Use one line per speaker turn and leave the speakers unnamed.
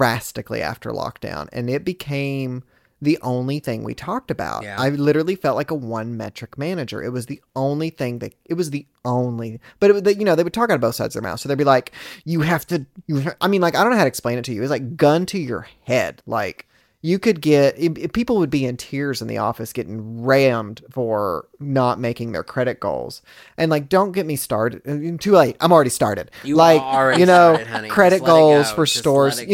drastically after lockdown and it became the only thing we talked about.
Yeah.
I literally felt like a one metric manager. It was the only thing that it was the only, but it, was- they- you know, they would talk out of both sides of their mouth. So they'd be like, you have to, you, ha-" I mean, like, I don't know how to explain it to you. It's like gun to your head. Like you could get, it, it- people would be in tears in the office getting rammed for not making their credit goals. And like, don't get me started. Too late. I'm already started.
You
like,
are
you know,
started, honey.
credit
Just let it
goals
go.
for
Just let
stores.
it